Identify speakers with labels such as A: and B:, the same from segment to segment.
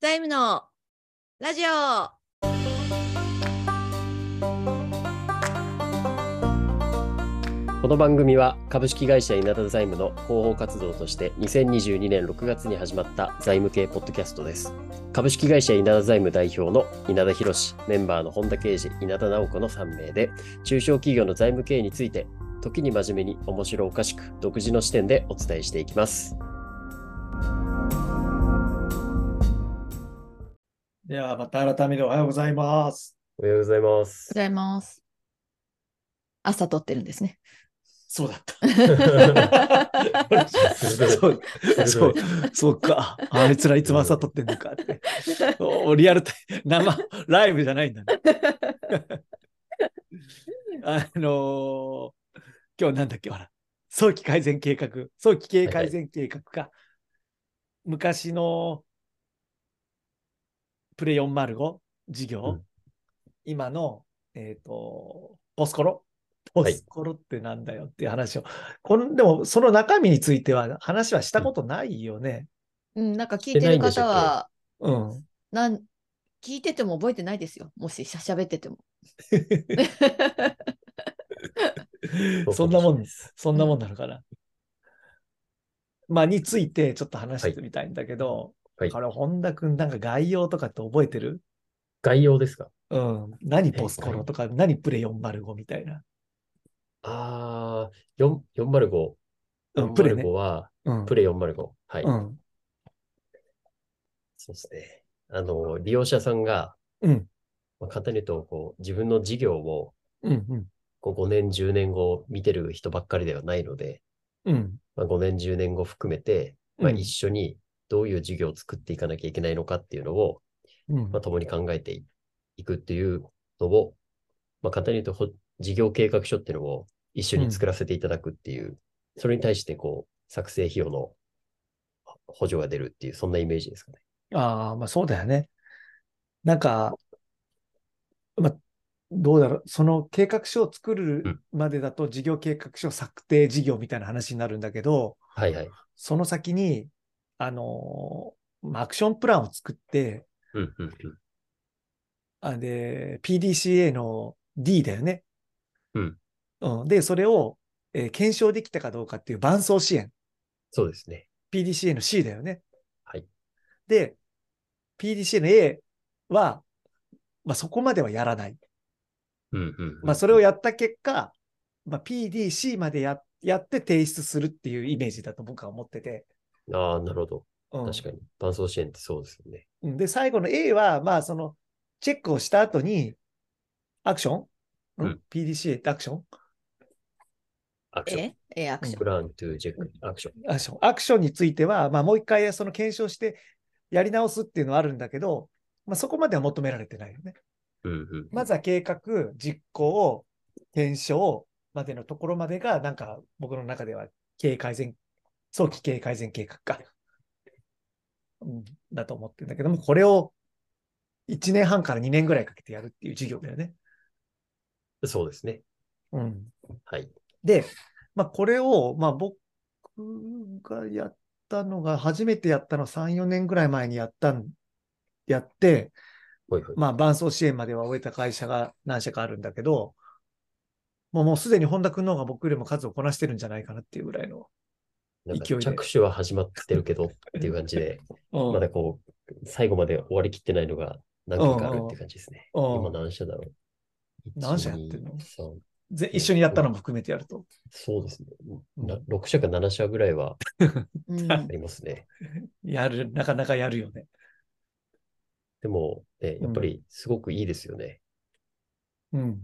A: タイムのラジオ
B: この番組は株式会社稲田財務の広報活動として2022年6月に始まった財務系ポッドキャストです。株式会社稲田財務代表の稲田博志、メンバーの本田圭司、稲田直子の3名で、中小企業の財務経営について、時に真面目に面白おかしく独自の視点でお伝えしていきます。
C: では、また改めておはようございます。
B: おはようございます
D: ご。ざいます。朝撮ってるんですね。
C: そうだった。そう
B: そ、
C: そう、そうか。あいつらいつも朝撮ってんのかって。おリアルタイム、生、ライブじゃないんだね。あのー今日なんだっけ、ほら。早期改善計画。早期経営改善計画か。昔のプレ405事業、
B: うん
C: 今の、えっ、と、ポスコロ。ポスコロってなんだよっていう話を。このでも、その中身については話はしたことないよね。
D: うん、なんか聞いてる方は、
C: うん。
D: なん聞いてても覚えてないですよ。もししゃ喋ってて も。
C: そんなもん
B: す。
C: そんなもんなのかな。まあ、についてちょっと話してみたいんだけど、
B: はい
C: これ、本田君、なんか概要とかって覚えてる
B: 概要ですか
C: うん。何ポスコロとか、何プレ405みたいな。
B: ああ、4- 405。
C: うん、プレ
B: 405
C: ね。
B: は、
C: うん
B: プ。レ405。はい。
C: うん。
B: そうですね。あの、利用者さんが、
C: うん。
B: まあ、簡単に言うと、こう、自分の事業を、
C: うん。うん
B: こう5年、10年後見てる人ばっかりではないので、
C: うん。
B: まあ、5年、10年後含めて、まあ、
C: うん
B: 一緒にどういう事業を作っていかなきゃいけないのかっていうのを、
C: うん
B: まあ、共に考えていくっていうのを、まあ、簡単に言うとほ、事業計画書っていうのを一緒に作らせていただくっていう、それに対して、こう、作成費用の補助が出るっていう、そんなイメージですかね。
C: ああ、まあそうだよね。なんか、まあ、どうだろう。その計画書を作
B: うん
C: るまでだと事業計画書策定事業みたいな話になるんだけど、
B: はいはい。
C: その先に、あのーまあアクションプランを作って、
B: うんうんうん。
C: あで、PDCA の D だよね。
B: うん。
C: うん、で、それを、えー検証できたかどうかっていう伴走支援。
B: そうですね。
C: PDCA の C だよね。
B: はい。
C: で、PDCA の A は、まあ、そこまではやらない。
B: うんうんうん
C: まあ、それをやった結果、まあ、PDC までややって提出するっていうイメージだと僕は思ってて。
B: ああ、なるほど。
C: うん、
B: 確かに。伴走支援ってそうですよね。
C: うんで、最後の A は、まあ、その、チェックをした後に、アクション、
B: うん
C: ?PDCA ってアクション
B: アクション。
D: ええ、アクショ
B: プラントゥーチェック、アクション。
C: アクション。アクションについては、まあ、もう一回その検証してやり直すっていうのはあるんだけど、まあ、そこまでは求められてないよね。
B: うんうん。
C: まずは計画、実行、検証までのところまでが、なんか僕の中では経営改善、早期経営改善計画か。うんだと思ってるんだけども、これを1年半から2年ぐらいかけてやるっていう事業だよね。
B: そうですね。
C: うん、
B: はい。
C: で、まあ、これを、まあ、僕がやったのが、初めてやったの3、4年ぐらい前にやったん、やって、
B: ほいほい。
C: まあ、伴走支援までは終えた会社が何社かあるんだけど、もうもうすでに本田君の方が僕よりも数をこなしてるんじゃないかなっていうぐらいの。
B: なんか
C: 勢いで
B: 着手は始まってるけどっていう感じ で、まだこう、最後まで終わりきってないのが何個かあるって感じですね。
C: うん
B: 今何社だろう。
C: 何社やってんの
B: 1 2 3
C: ぜ一緒にやったのも含めてやると。
B: そうですね。
C: うん
B: な6社か7社ぐらいは
D: ン。うん
B: ありますね。
C: やる、なかなかやるよね。
B: でも、ね、やっぱりすごくいいですよね。
C: うん。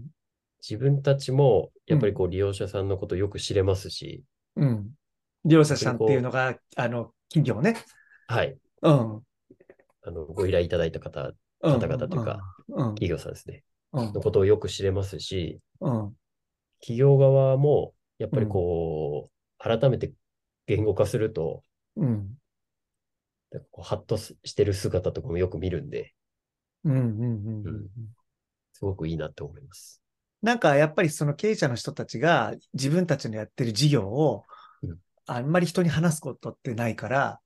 B: 自分たちも、やっぱりこう利用者さんのことよく知れますし、
C: うん。利用者さんっていうのが、あの、企業ね。
B: はい。
C: うん。うん
B: あの、ご依頼いただいた方、
C: うん
B: 方々というか、
C: うん。
B: 企業さんですね、
C: うん
B: の。ことをよく知れますし、
C: うん。
B: 企業側も、やっぱりこう、改めて言語化すると、
C: うん。
B: なんかこうハッとすしてる姿とかもよく見るんで、
C: うんうんうんう
B: うんんすごくいいなって思います。
C: なんかやっぱりその経営者の人たちが自分たちのやってる事業を
B: うん
C: あんまり人に話すことってないから、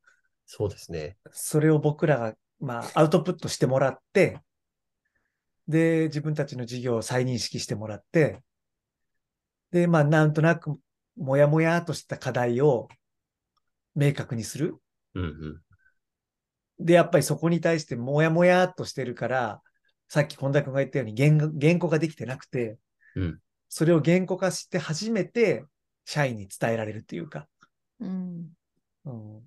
B: そうですね。
C: それを僕らがまあ、アウトプットしてもらって、で、自分たちの事業を再認識してもらって、で、まあ、なんとなく、もやもやっとした課題を明確にする。
B: うんうん。
C: で、やっぱりそこに対してもやもやっとしてるから、さっき近田君が言ったように言語言語化できてなくて、
B: うん
C: それを言語化して初めて社員に伝えられるというか、
D: うん。
C: うん、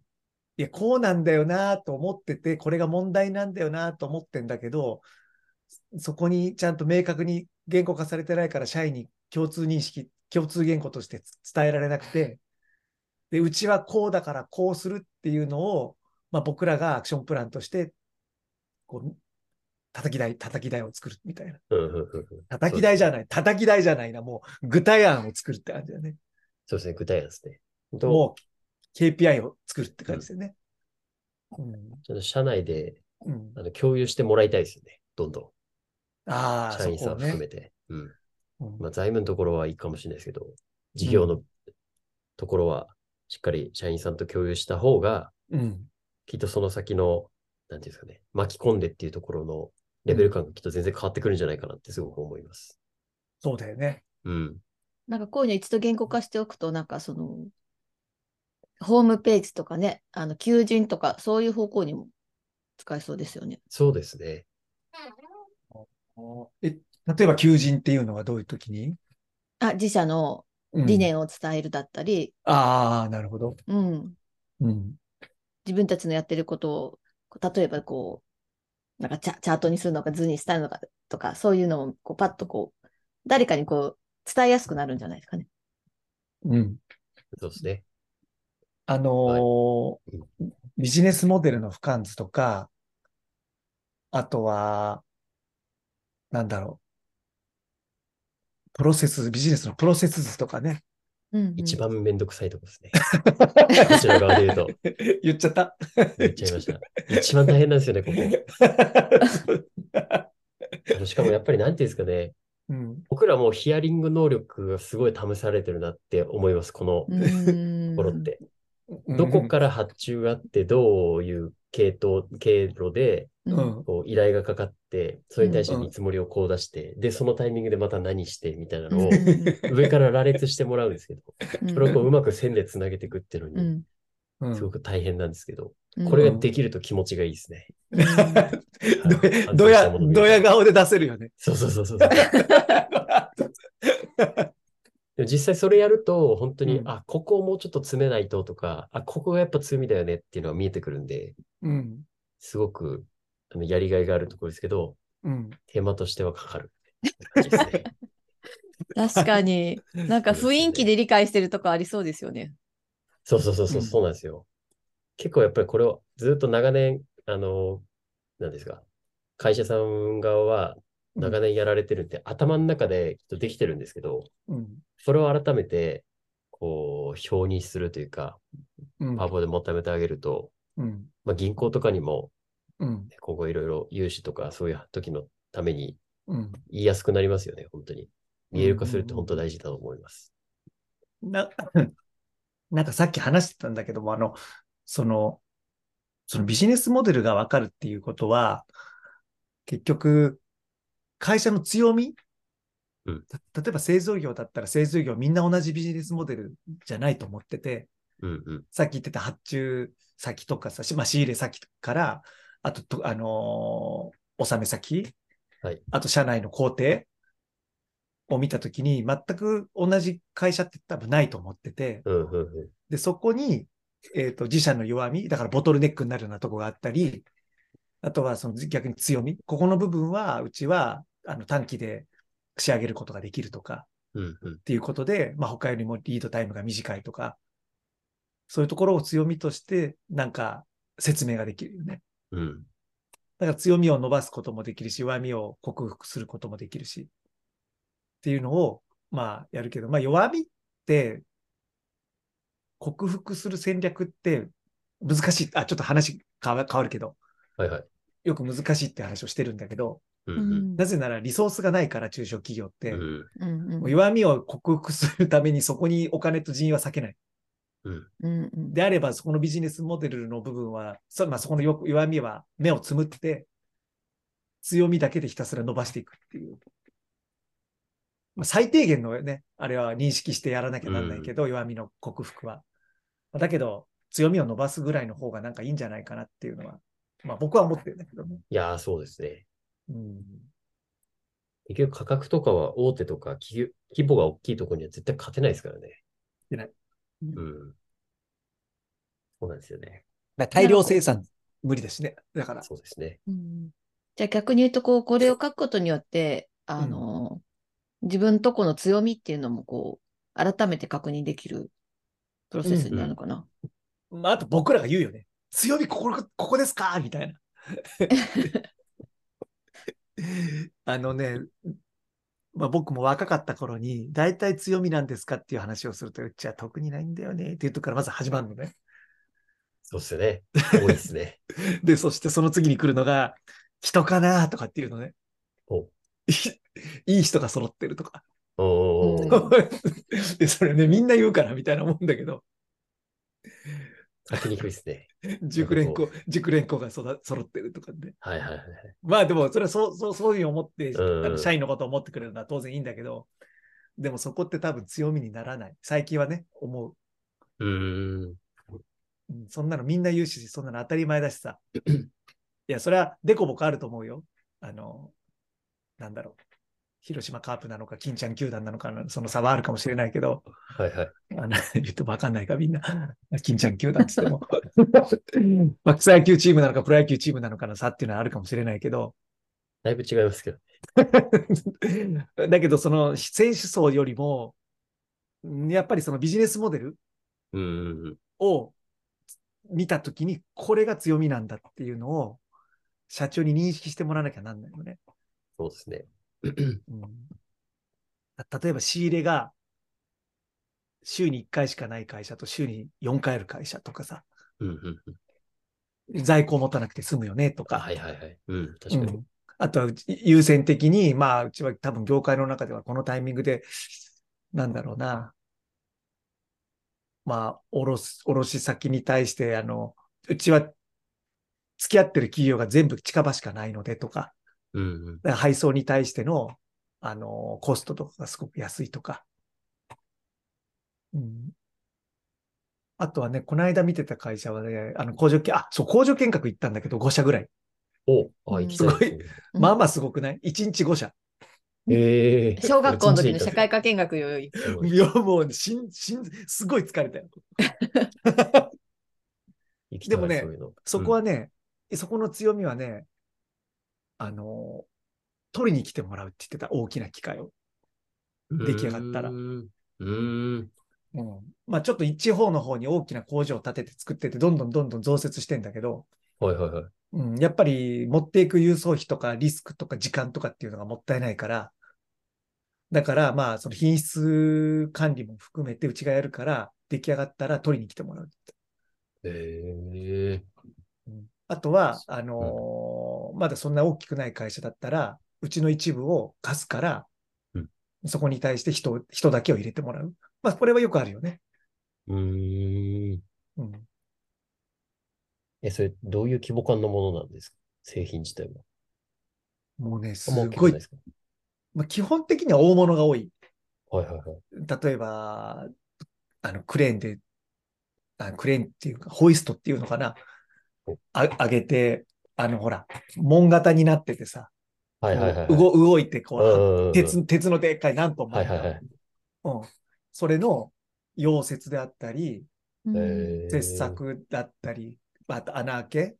C: いや、こうなんだよなと思ってて、これが問題なんだよなと思ってんだけど、そこにちゃんと明確に言語化されてないから社員に共通認識、共通言語として伝えられなくて、で、うちはこうだからこうするっていうのを、まあ、僕らがアクションプランとして、こう、叩き台、叩き台を作るみたいな。
B: うんうんうんうん
C: 叩き台じゃない、叩き台じゃないな、もう具体案を作るって感じだよね。
B: そうですね、具体案ですね。本当
C: もう KPI を作るって感じだよね。うん
B: ちょっと社内で
C: うん
B: あの共有してもらいたいですよね。どんどん。
C: ああ、
B: 社員さ
C: そ
B: ん
C: こね
B: 含めて。うん。
C: うん
B: まあ、財務のところはいいかもしれないですけど、事業のところはしっかり社員さんと共有した方が、
C: うん。
B: きっとその先の、なんていうんですかね、巻き込んでっていうところのレベル感がきっと全然変わってくるんじゃないかなってすごく思います。
C: そうだよね。
B: うん。
D: なんかこういうの一度言語化しておくと、なんかその、ホームページとかね、あの求人とか、そういう方向にも使えそうですよね。
B: そうですね。
C: え、例えば求人っていうのはどういう時に、
D: あ、自社の
C: うん
D: 理。念を伝えるだったり、
C: ああ、なるほど。
D: うん、
C: うん。
D: 自分たちのやってることを、例えばこう、なんかチャチャートにするのか図にしたいのかとか、そういうのをこうパッとこう、誰かにこう、伝えやすくなるんじゃないですかね。
C: うん。
B: そうですね。
C: あのー
B: い
C: ビジネスモデルの俯瞰図とか、あとは、なんだろう。プロセス、ビジネスのプロセス図と かね。
D: うんうん
B: 一番めんどくさいとこですね。こちら側で言うと、
C: 言っちゃった。
B: 言っちゃいました。一番大変なんですよね、ここ。あのしかもやっぱり、なんていうんですかね、
C: うん。
B: 僕らもうヒアリング能力がすごい試されてるなって思います、この
D: うん
B: ところって。どこから発注があって、どういう系統、経路で
C: うん。
B: こう依頼がかかって、それに対して
C: うん
B: 見積もりをこう出して、で、そのタイミングでまた何してみたいなのを
D: うん
B: 上から羅列してもらうんですけ ど、それをこううまく線でつなげていくっていう
D: う
B: のに、
D: ん
C: うん
B: すごく大変なんですけど、
D: うん
B: これができると気持ちがいいですね。
D: うん
B: はい
C: どや、
B: 安定した
C: どや
B: ものを見、ると
C: どや顔で出せる よね。
B: そうそうそうそう。でも実際それやると、本当に、
C: うん
B: あ、ここをもうちょっと詰めないととか、あ、ここがやっぱ罪だよねっていうのは見えてくるんで、
C: うん。
B: すごくあのやりがいがあるところですけど、
C: うん。
B: テーマとしてはかか る感じですね。
D: 確かに、なんか雰囲気で理解してるとこありそうですよね。
B: そうそうそうそうう、
C: ん
B: そうなんですよ。結構やっぱりこれをずっと長年、あの、なんですか、会社さん側は
C: うん
B: 長年やられてるんで、頭の中できっとできてるんですけど、
C: うん。
B: それを改めて、こう、表にするというか、
C: うん
B: パワポでまとめてあげると、
C: うん。
B: まあ、銀行とかにも、
C: うん。
B: 今後いろいろ融資とかそういう時のために
C: うん。
B: 言いやすくなりますよね、本当に。見える化するって本当大事だと思います。
C: な、 なんかさっき話してたんだけども、あの、その、そのビジネスモデルがわかるっていうことは、結局、会社の強み、
B: うん
C: た例えば製造業だったら製造業みんな同じビジネスモデルじゃないと思ってて、
B: うんうん。
C: さっき言ってた発注先とかさ、しまあ、仕入れ先から、あとと、あのー納め先、
B: はい
C: あと社内の工程を見たときに、全く同じ会社って多分ないと思ってて、
B: うんうんうん。
C: で、そこに、えっ、と、自社の弱み、だからボトルネックになるようなとこがあったり、あとはその逆に強み、ここの部分は、うちは、あの、短期で仕上げることができるとか、
B: うんうん
C: っ。ていうことで、まあ、他よりもリードタイムが短いとか、そういうところを強みとして、なんか説明ができるよね。
B: うん。
C: だから強みを伸ばすこともできるし、弱みを克服することもできるし、っていうのを、まあ、やるけど、まあ、弱みって、克服する戦略って難しい。あ、ちょっと話変わ変わるけど、
B: はいはい。
C: よく難しいって話をしてるんだけど、
B: うん
D: う
B: うん。
D: ん
C: なぜならリソースがないから、中小企業って。
B: うん
D: うん
C: も
D: う
C: うん弱みを克服するために、そこにお金と人員は避けない。
D: うんうん
C: であれば、そこのビジネスモデルの部分は、そ,、まあ、そこのよ弱みは目をつむって、強みだけでひたすら伸ばしていくっていう。まあ、最低限のね、あれは認識してやらなきゃなんないけど、弱みの克服は。まあだけど、強みを伸ばすぐらいの方がなんかいいんじゃないかなっていうのは、まあ僕は思ってるんだけどね。
B: いやー、そうですね。
C: うん。
B: 結局価格とかは大手とか企業規模が大きいところには絶対勝てないですからね。
C: 出ない。
B: うん。そうなんですよね。
C: だから大量生産無理だしね。だから、
B: そうですね。
D: うんじゃあ逆に言うとこう、これを書くことによって、あの、自分とこの強みっていうのもこう、改めて確認できるプロセスになるのかな。
C: まあ、あと僕らが言うよね。強みここ、ここですかみ たいな。あのね、まあ、僕も若かった頃に、大体強みなんですかっていう話をすると、うちは特にないんだよねっていうとこからまず始まるのね。
B: そうですよね。多いですね。
C: で、そしてその次に来るのが、人かなとかっていうのね。
B: お
C: いい人が揃ってるとか。
B: お
D: う
B: ー
D: ん。
C: で、それね、みんな言うからみたいなもんだけど、
B: 書きにくいですね。
C: 熟練
B: な
C: 校、熟練校がそだ揃ってるとかね。
B: はいはいはい。
C: まあでも、それはそう、そう、そういうふうに思って、あ
B: うん
C: の社員のことを思ってくれるのは当然いいんだけど、でもそこって多分強みにならない。最近はね、思う。
B: うーん。
C: うんそんなのみんな言うし、そんなの当たり前だし さ。いや、それはデコボコあると思うよ。あの、なんだろう。広島カープなのか、金ちゃん球団なのか、その差はあるかもしれないけど、
B: はいはい。
C: あの、言ってもわかんないか、みんな。金ちゃん球団っ てっても。まあ草野球チームなのか、プロ野球チームなのかの差っていうのはあるかもしれないけど、
B: だいぶ違いますけど。
C: だけど、その選手層よりも、んやっぱりそのビジネスモデル
B: うーん。
C: を見たときに、これが強みなんだっていうのを、社長に認識してもらわなきゃなんないよね。
B: そうですね。
C: うん、例えば仕入れが、週に1回しかない会社と週に4回ある会社とかさ、
B: うんうんうん。
C: 在庫を持たなくて済むよねと
B: あ、
C: か、
B: はいはいはい。うん。確かに。
C: うんあとはうち優先的に、まあ、うちは多分業界の中ではこのタイミングで、なんだろうな。まあ、おろす、おろし先に対して、あの、うちは付き合ってる企業が全部近場しかないのでとか、
B: うんうん。
C: だから配送に対しての、あの、コストとかがすごく安いとか。うん。あとはね、この間見てた会社はね、あの、工場見、あ、そう、工場見学行ったんだけど、5社ぐらい。
B: おあ、行きたいですね。
D: うん
C: まあまあすごくない ?1 日5社。
B: ええ
D: 小学校の時の社会科見学より、
B: うん
C: いや、もう、しん、しん、すごい疲れたよ。
B: 行き
C: で
B: たい
C: もね
B: そういうの
C: そこはね、そこの強みはね、あの、取りに来てもらうって言ってた、大きな機会を。出来上がったら
B: うーん。うーん。
C: うん、まあ、ちょっと地方の方に大きな工場を建てて作ってて、どんどんどんどん増設してんだけど、
B: はいはいはい。
C: うん、やっぱり持っていく輸送費とかリスクとか時間とかっていうのがもったいないから、だからまあその品質管理も含めてうちがやるから出来上がったら取りに来てもらう。
B: ええ
C: あとは、あのーまだそんな大きくない会社だったら、うちの一部を貸すから、
B: うん
C: そこに対して人を、人だけを入れてもらう。まあ、これはよくあるよね。
B: うーん。
C: うん。
B: え、それ、どういう規模感のものなんですか製品自体は。
C: もうね、す
B: あんま大きくな
C: ご
B: いで、すか
C: まあ、基本的には大物が多い。
B: はいはいはい。
C: 例えば、あの、クレーンで、あクレーンっていうか、ホイストっていうのかな。あ上げて、あの、ほら、門型になっててさ、
B: はいはいはいはい。
C: 動動いて、こ
B: うん
C: う、
B: うんうん
C: 鉄、鉄のでっかい何トンもあ
B: は
C: る
B: い
C: の
B: はいはい。
C: うん。それの溶接であったり、
D: うん
B: えー
C: 切。削だったり、あと穴開け、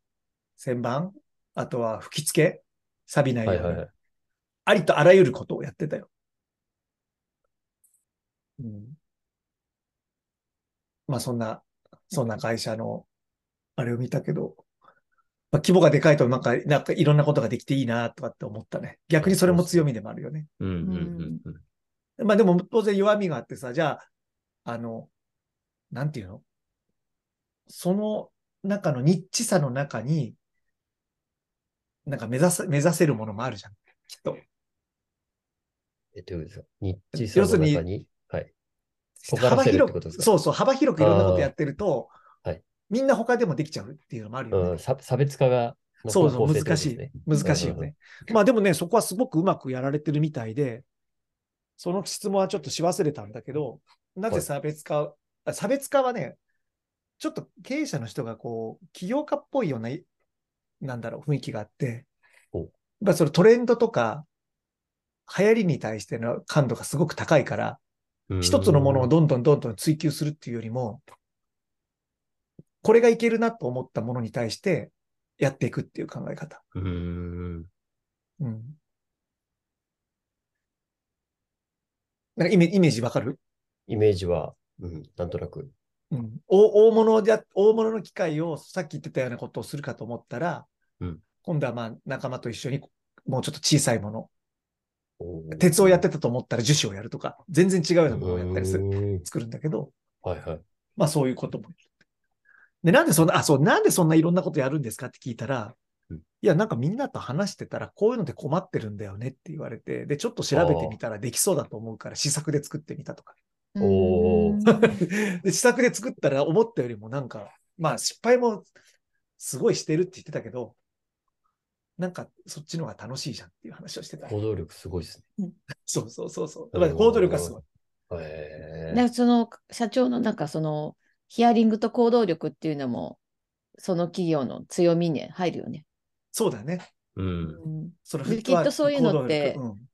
C: 旋盤、あとは吹き付け、錆びないよ
B: は
C: う
B: い
C: に、
B: はいはい。
C: ありとあらゆることをやってたよ。うん。まあそんな、そんな会社の、あれを見たけど、まあ、規模がでかいとなんか、なんかいろんなことができていいなとかって思ったね。逆にそれも強みでもあるよね。
B: うんうんうんうん。
C: まあでも当然弱みがあってさ、じゃあ、あの、なんていうのその中のニッチさの中に、なんか目指す、目指せるものもあるじゃん。きっと。
B: え、どういうことですか日地さんの中に、はい。尖らせるってことですか
C: そうそう、幅広くいろんなことやってると、
B: あーはい
C: みんな他でもできちゃうっていうのもあるよね。
B: うん、差差別化が、の
C: そうそう
B: 方向性ってことですね
C: 難しいよね。まあでもね、そこはすごくうまくやられてるみたいで、その質問はちょっとし忘れたんだけど、なぜ差別化、あ差別化はね、ちょっと経営者の人がこう、起業家っぽいような、いなんだろう、雰囲気があって、
B: お
C: やっぱそのトレンドとか、流行りに対しての感度がすごく高いから、
B: うん
C: 一つのものをどんどんどんどん追求するっていうよりも、これがいけるなと思ったものに対してやっていくっていう考え方。
B: うん
C: うん。なんかイメイメージわかる、
B: イメージは、うん、なんとなく。
C: うん、大大物であ、大物の機会をさっき言ってたようなことをするかと思ったら、
B: うん
C: 今度はまあ仲間と一緒にもうちょっと小さいもの、
B: おー
C: 鉄をやってたと思ったら樹脂をやるとか、全然違うようなものをやったりする、
B: うん
C: 作るんだけど、
B: はいはい。
C: まあそういうことも。で、なんでそんな、あ、そう、なんでそんないろんなことやるんですかって聞いたら、
B: うん
C: いや、なんかみんなと話してたら、こういうので困ってるんだよねって言われて、で、ちょっと調べてみたらできそうだと思うから、試作で作ってみたと か。
B: お
D: ー。
C: で、試作で作ったら思ったよりもなんか、まあ失敗もすごいしてるって言ってたけど、なんかそっちの方が楽しいじゃんっていう話をしてた。
B: 行動力すごいですね。
C: そうそうそうそう。だから行動力がすごい。
B: へ
D: なんかその社長のなんかそのヒアリングと行動力っていうのもその企業の強みに入るよね。
C: そうだね。
B: ーうん。
C: その
D: できっとそういうのって
C: 行動力うん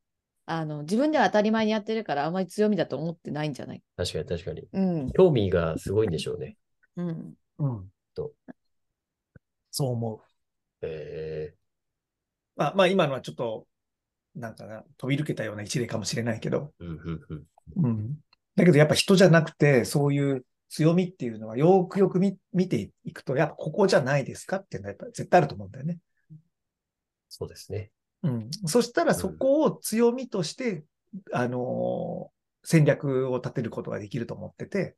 D: あの自分では当たり前にやってるからあまり強みだと思ってないんじゃない
B: 確かに確かに。
D: うん。
B: 興味がすごいんでしょうね。
D: うん。
C: うん。
B: と
C: そう思う。
B: へ
C: まあ、まあ、今のはちょっと、なんかな、飛び抜けたような一例かもしれないけど、
B: ーうんうんうん。
C: うん。だけどやっぱ人じゃなくて、そういう強みっていうのは、よくよく見見ていくと、やっぱここじゃないですかっていうのはやっぱ絶対あると思うんだよね。
B: そうですね。
C: うん。そしたらそこを強みとして、あのー戦略を立てることができると思ってて、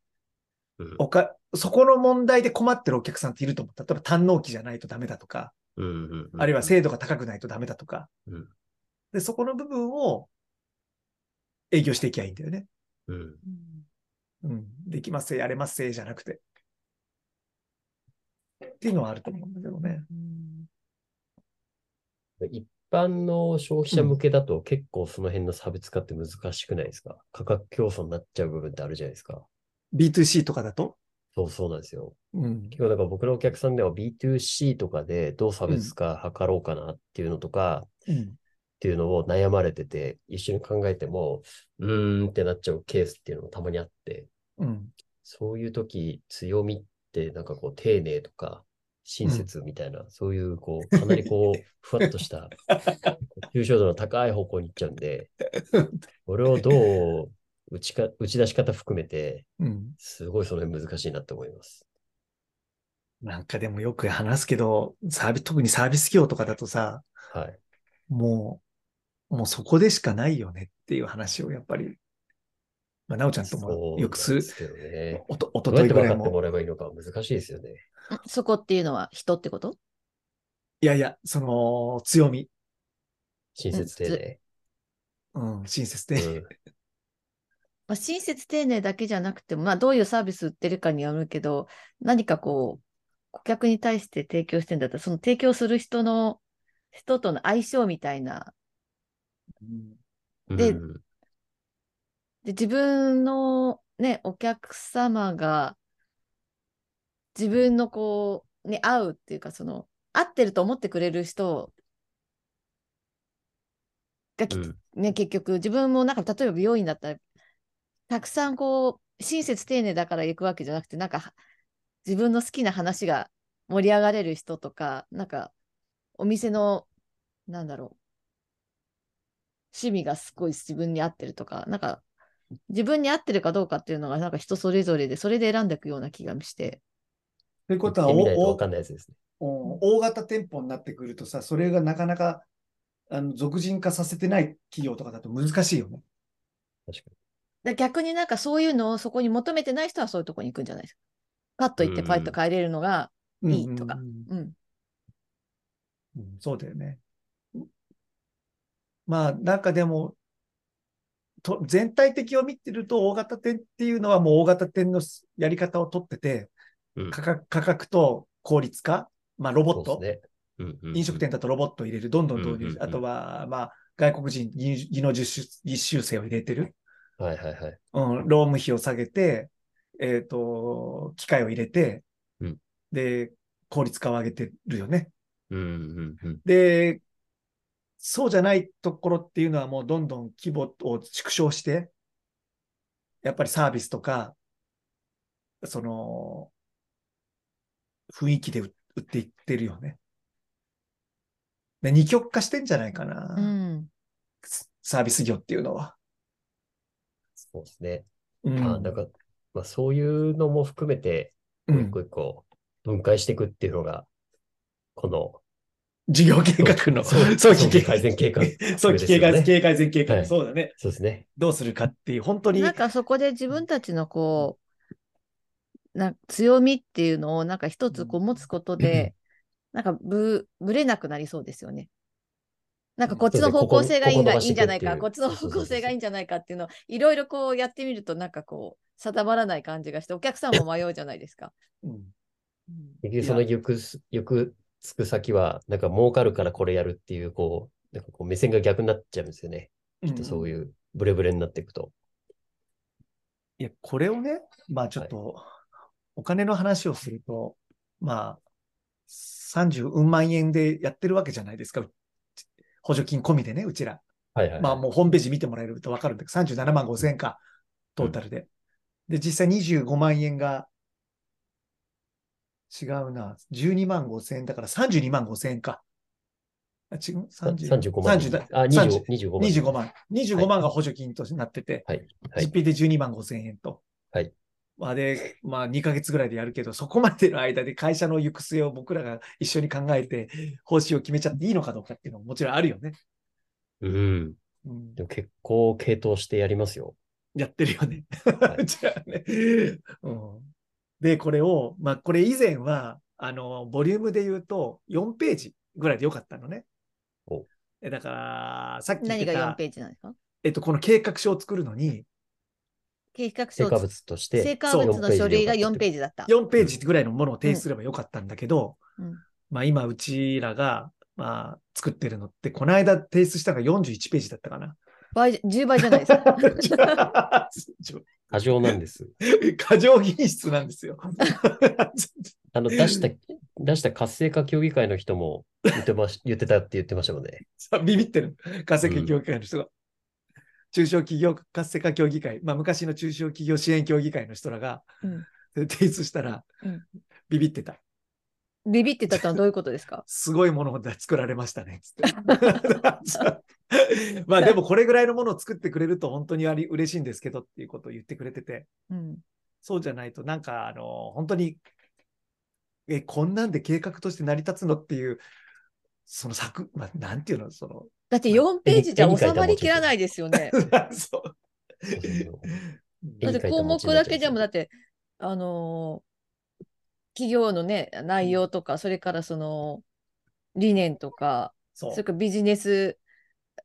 B: うん
C: おか、そこの問題で困ってるお客さんっていると思う。例えば、堪能期じゃないとダメだとか、
B: うんうんうん
C: あるいは精度が高くないとダメだとか。
B: うん
C: で、そこの部分を営業していきゃいいんだよね。
B: うん
C: うん。できますせ、やれますせ、じゃなくて。っていうのはあると思うんだけどね。
B: 一般の消費者向けだと結構その辺の差別化って難しくないですか価格競争になっちゃう部分ってあるじゃないですか。
C: B2C とかだと。
B: そうそうなんですよ。
C: うん。
B: 結構なんか僕のお客さんでは B2C とかでどう差別化図ろうかなっていうのとか、
C: うん。
B: っていうのを悩まれてて、一緒に考えても、うーんってなっちゃうケースっていうのもたまにあって、
C: うん。
B: そういう時、強みってなんかこう、丁寧とか、親切みたいな、そういうこう、かなりこう、ふわっとした、抽象度の高い方向に行っちゃうんで、これをどう打ちか、打ち出し方含めて、
C: うん。
B: すごいその辺難しいなと思います。
C: なんかでもよく話すけど、サービス、特にサービス業とかだとさ、
B: はい。
C: もう、もうそこでしかないよねっていう話をやっぱり、まあ、なおちゃんともよくする、
B: そうなんですけどね。
C: おと、おと
B: どうや
C: と
B: っ
C: い
B: て分
C: ぐら
B: か
C: い
B: って
C: も
B: も。らえばいいのか難しいですよね。
D: そこっていうのは人ってこと
C: いやいや、その強み、
B: 親切丁寧。
C: うん、親切
B: う
C: で、
B: ん
D: まあ、親切丁寧だけじゃなくても、まあ、どういうサービス売ってるかによるけど、何かこう、顧客に対して提供してんだったら、その提供する人の、人との相性みたいな、で
B: うん
D: で自分のね、お客様が、自分のこう、に合うっていうか、その、合ってると思ってくれる人がき、
B: うん
D: ね、結局、自分もなんか、例えば美容院だったら、たくさんこう、親切丁寧だから行くわけじゃなくて、なんかは、自分の好きな話が盛り上がれる人とか、なんか、お店の、なんだろう、趣味がすごい自分に合ってるとか、なんか、自分に合ってるかどうかっていうのが、なんか人それぞれで、それで選んでいくような気がして。
C: ということは
B: 行
C: お
B: ってみないと
C: お
B: 分かんないやつですね。
C: お大型店舗になってくるとさ、それがなかなかあの俗人化させてない企業とかだと難しいよね。
B: 確か
D: で逆になんかそういうのをそこに求めてない人はそういうとこに行くんじゃないですか。パッと行って
B: うん
D: パッと帰れるのが、
C: うん
D: いいとか
C: うん
D: うん。
C: うんそうだよね。まあ、なんかでも、と全体的を見てると、大型店っていうのはもう大型店のやり方を取ってて、
B: うん
C: 価格価格と効率化、まあ、ロボッ
B: そ
C: ト、
B: うですねうんうんうん
C: 飲食店だとロボットを入れる、どんどん導入、
B: うんうんうん
C: あとは、まあ、外国人技技能実習実習生を入れてる、
B: はいはいはい。
C: うん、労務費を下げて、えっ、と、機械を入れて、
B: うん
C: で、効率化を上げてるよね。
B: うんうんうん。
C: で、そうじゃないところっていうのはもうどんどん規模を縮小して、やっぱりサービスとか、その、雰囲気で売売っていってるよね。で二極化してんじゃないかな、
D: うん。
C: サービス業っていうのは。
B: そうですね。
C: うん
B: まあ、なんか、まあ、そういうのも含めて、
C: う
B: 一
C: ん
B: 個一個分解していくっていうのが、この、
C: 事業計画の
B: そう
C: 早
B: 早
C: 期
B: 期
C: 経
B: 改善計画
C: 早期経
B: ですよね
C: 過、経過全経
B: は
C: 過。
B: い
C: そうだね。
B: そうですね。
C: どうするかっていう、本当に
D: なん、かそこで自分たちのこう、な強みっていうのをなんか一つこう持つこと で、なんかぶぶれなくなりそうですよね。なんかこっちの方向性がいいんだ
B: そう
D: いいん
B: ですねここ
D: じゃないか、
B: こ
D: こ
B: こ伸ば
D: っ
B: して
D: ち
B: い
D: の
B: くっていう
D: 方向性がいいんじゃないかっていうのをいろいろこうやってみるとなんかこう定まらない感じがしてお客さんも迷うじゃないです か。
C: う
D: う
C: ん
D: ん
B: 結局その行くす、行くつく先は、なんか儲かるからこれやるっていう、こう、なんかこう目線が逆になっちゃうんですよね。きっとそういう、ブレブレになっていくと。
C: いや、これをね、まあちょっと、お金の話をすると、まあ、30万円でやってるわけじゃないですか。う補助金込みでね、うちら。
B: はいはい。
C: まあもうホームページ見てもらえるとわかるんだけど、37万5千円か、トータルで。で、実際25万円が、違うな、12万5千円だから32万5千円か。あ違う
B: さ
C: ?30
B: 35万。
C: 30だ
B: あ、
C: 30
B: 20 25万。
C: 25万。25万が補助金となってて、
B: はい。は
C: 実
B: い。
C: 費で12万5千円と。
B: はい
C: まあで、まあ2ヶ月ぐらいでやるけど、そこまでの間で会社の行く末を僕らが一緒に考えて、方針を決めちゃっていいのかどうかっていうのももちろんあるよね。
B: うん。
C: うん
B: でも結構系統してやりますよ。
C: やってるよね。
B: はいう
C: ちらはね、うん。で、これを、まあこれ以前は、あの、ボリュームで言うと4ページぐらいでよかったのね
B: お。
C: えだから、さっき言っ
D: 何
C: て
D: が4
C: た
D: ペ、ージなんですか
C: えっと、この計画書を作るのに、
D: 計画書
B: 成
D: を
B: 果物として。
D: 成果物の書類が4ペ
B: ージ。
D: ージだった。
C: 4ページぐらいのものを提出すればよかったんだけど、
D: うん
C: まあ今うちらが、まあ作ってるのって、この間提出したのが41ページだったかな。
D: 倍じ10倍じゃないですか。
B: 過剰な んです。
C: 過剰品質なんですよ。
B: あの、出した、出した活性化協議会の人も言ってまし、 言ってたって言ってましたもんね。
C: さ ビビってる。活性化協議会の人が。中小企業活性化協議会、まあ昔の中小企業支援協議会の人らが、
D: うん
C: 提出したら、
D: うん
C: ビビってた。
D: ビビってたとはどういうことですか
C: すごいものが作られましたね。つってまあでもこれぐらいのものを作ってくれると本当にあり嬉しいんですけどっていうことを言ってくれてて、
D: うん。
C: そうじゃないとなんかあの本当に、え、こんなんで計画として成り立つのっていう、その作、まあなんていうの、その、
D: だって4ページじ
B: 絵
D: ゃ
B: に
D: 収まりきらないですよね。
C: そう
D: だ
B: 絵に
D: っ
B: 描い
D: て
B: た
D: 項目
B: 餅にな
D: だ
B: っちゃ
D: け
B: い
D: じゃもう
B: そ
D: だって、あのー企業のね、内容とか、それからその理念とか、
C: そう。
D: それからビジネス、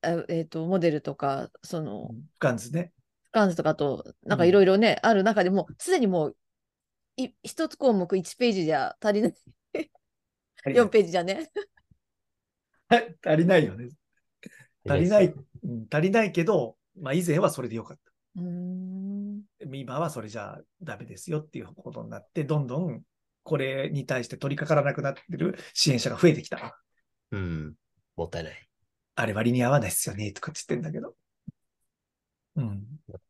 D: あえっ、と、モデルとか、その、
C: 不完全ね。
D: フカンズとかと、なんかいろいろね、ある中でもう、すでにもう、い一つ項目1ページじゃ足りない、4ページじゃね。
C: はい足りないよね。
B: う
C: 足りない、うん足りないけど、まあ以前はそれでよかった。
D: うーん。
C: 今はそれじゃダメですよっていうことになって、どんどんこれに対して取り掛からなくなってる支援者が増えてきた。
B: うん。もったいない。
C: あれ割に合わないですよね、とかって言ってんだけど。うん。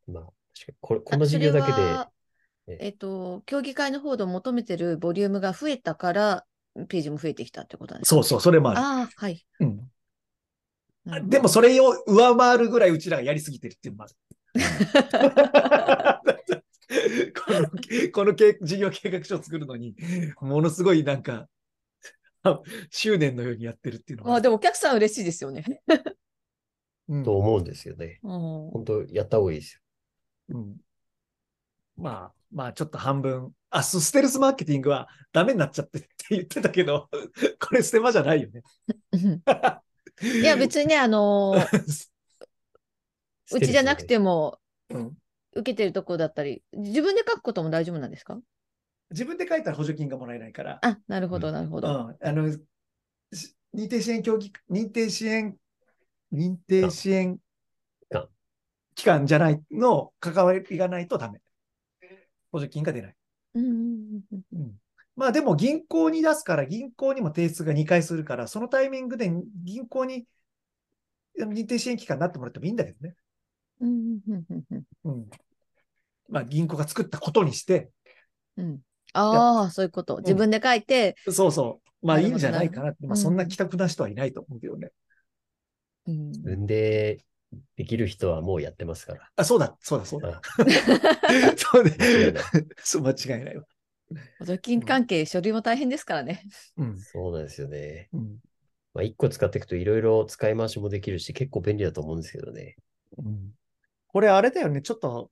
B: まあ、確かにこれ、この授業だけ
D: それは
B: でえ
D: えっと、協議会の方で求めてるボリュームが増えたから、ページも増えてきたってことなんですか
C: そうそう、それもある。
D: ああ、はい。
C: うん、
D: なるほど
C: でも、それを上回るぐらいうちらがやりすぎてるっていうのもある。このこの計事業計画書を作るのに、ものすごいなんか、あ執念のようにやってるっていう の
D: ま
C: は
D: あ、でもお客さん嬉しいですよね。
C: うん
B: ー、と思うんですよね。
D: うん
B: 本当やった方がいいですよ。
C: うんまあ、まあ、ちょっと半分。あ、スステルスマーケティングはダメになっちゃってって言ってたけど、これステマじゃないよね。
D: うんいや、別にね、あのー
C: に。
D: うちじゃなくても
C: うん
D: 受けてるとこだったり、自分で書くことも大丈夫なんですか
C: 自分で書いたら補助金がもらえないから、
D: あ、なるほど、なるほ
C: うん、
D: ど。
C: あの、し認定支援協議、認定支援、認定支援
B: 機関
C: 機関じゃないの関わりがないとダメ。補助金が出ない。
D: うんうんうんうん
C: うんまあでも銀行に出すから、銀行にも提出が2回するから、そのタイミングで銀行にあの認定支援機関になってもらってもいいんだけどね。
D: うんうんうんうん
C: うん。まあ銀行が作ったことにして、
D: うんああ、そういうこと。自分で書いて、
C: そうそう。まあ
D: ないる
C: い
D: ほど
C: んじゃないかなって、まあ
D: うん
C: そんな気楽な人はいないと思うけどね。
D: うん
B: 自分でできる人はもうやってますから。
C: あ、そうだ、そうだ、そうだ。
B: あ
C: そうね
B: 間違いない。
C: そう、間違いないわ。
D: 補助金関係、書類も大変ですからね。
C: うん。
B: そうなんですよね。
C: うん。
B: まあ、1個使っていくといろいろ使い回しもできるし、結構便利だと思うんですけどね。
C: うんこれあれだよね、ちょっと、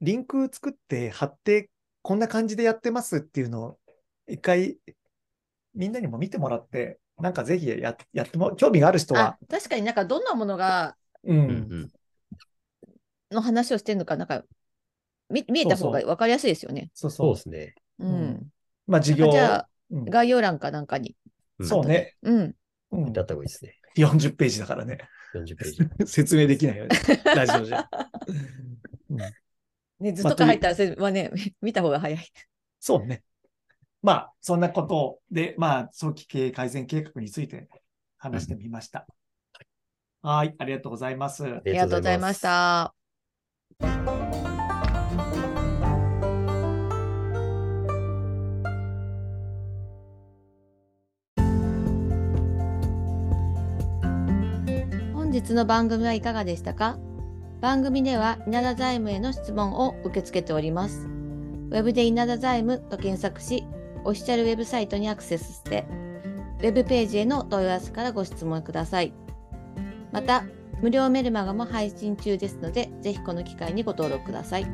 C: リンク作って貼って、こんな感じでやってますっていうのを、一回、みんなにも見てもらって、なんかぜひややっても、興味がある人
D: あ
C: は、
D: 確かになんかどんなものが、
C: う、
B: うんん
D: の話をしてるのか、なんか見見えた方が
C: そう
D: 分かりやすいですよね。
C: そうそ
B: そうう。ですね。
D: う。
C: うんんまあ、授業
D: あじゃあ、
C: うん
D: 概要欄かなんかに。
B: うん
C: そうね、
D: うん。
C: うん
B: だった方がいいですね。
C: 40ページだからね、
B: 40ページ。
C: 説明できないよね、ラジオじゃ。うん
D: ね、図とか入ったら、それはね、 見た方が早い。
C: そうね。まあ、そんなことで、まあ、早期経営改善計画について話してみました。はい、ありがとうございます。
B: あ
D: ありがとうございまし。た。本日の番組はいかがでしたか番組では稲田財務への質問を受け付けております。ウェブで稲田財務と検索し、オフィシャルウェブサイトにアクセスして、ウェブページへの問い合わせからご質問ください。また、無料メルマガも配信中ですので、ぜひこの機会にご登録ください。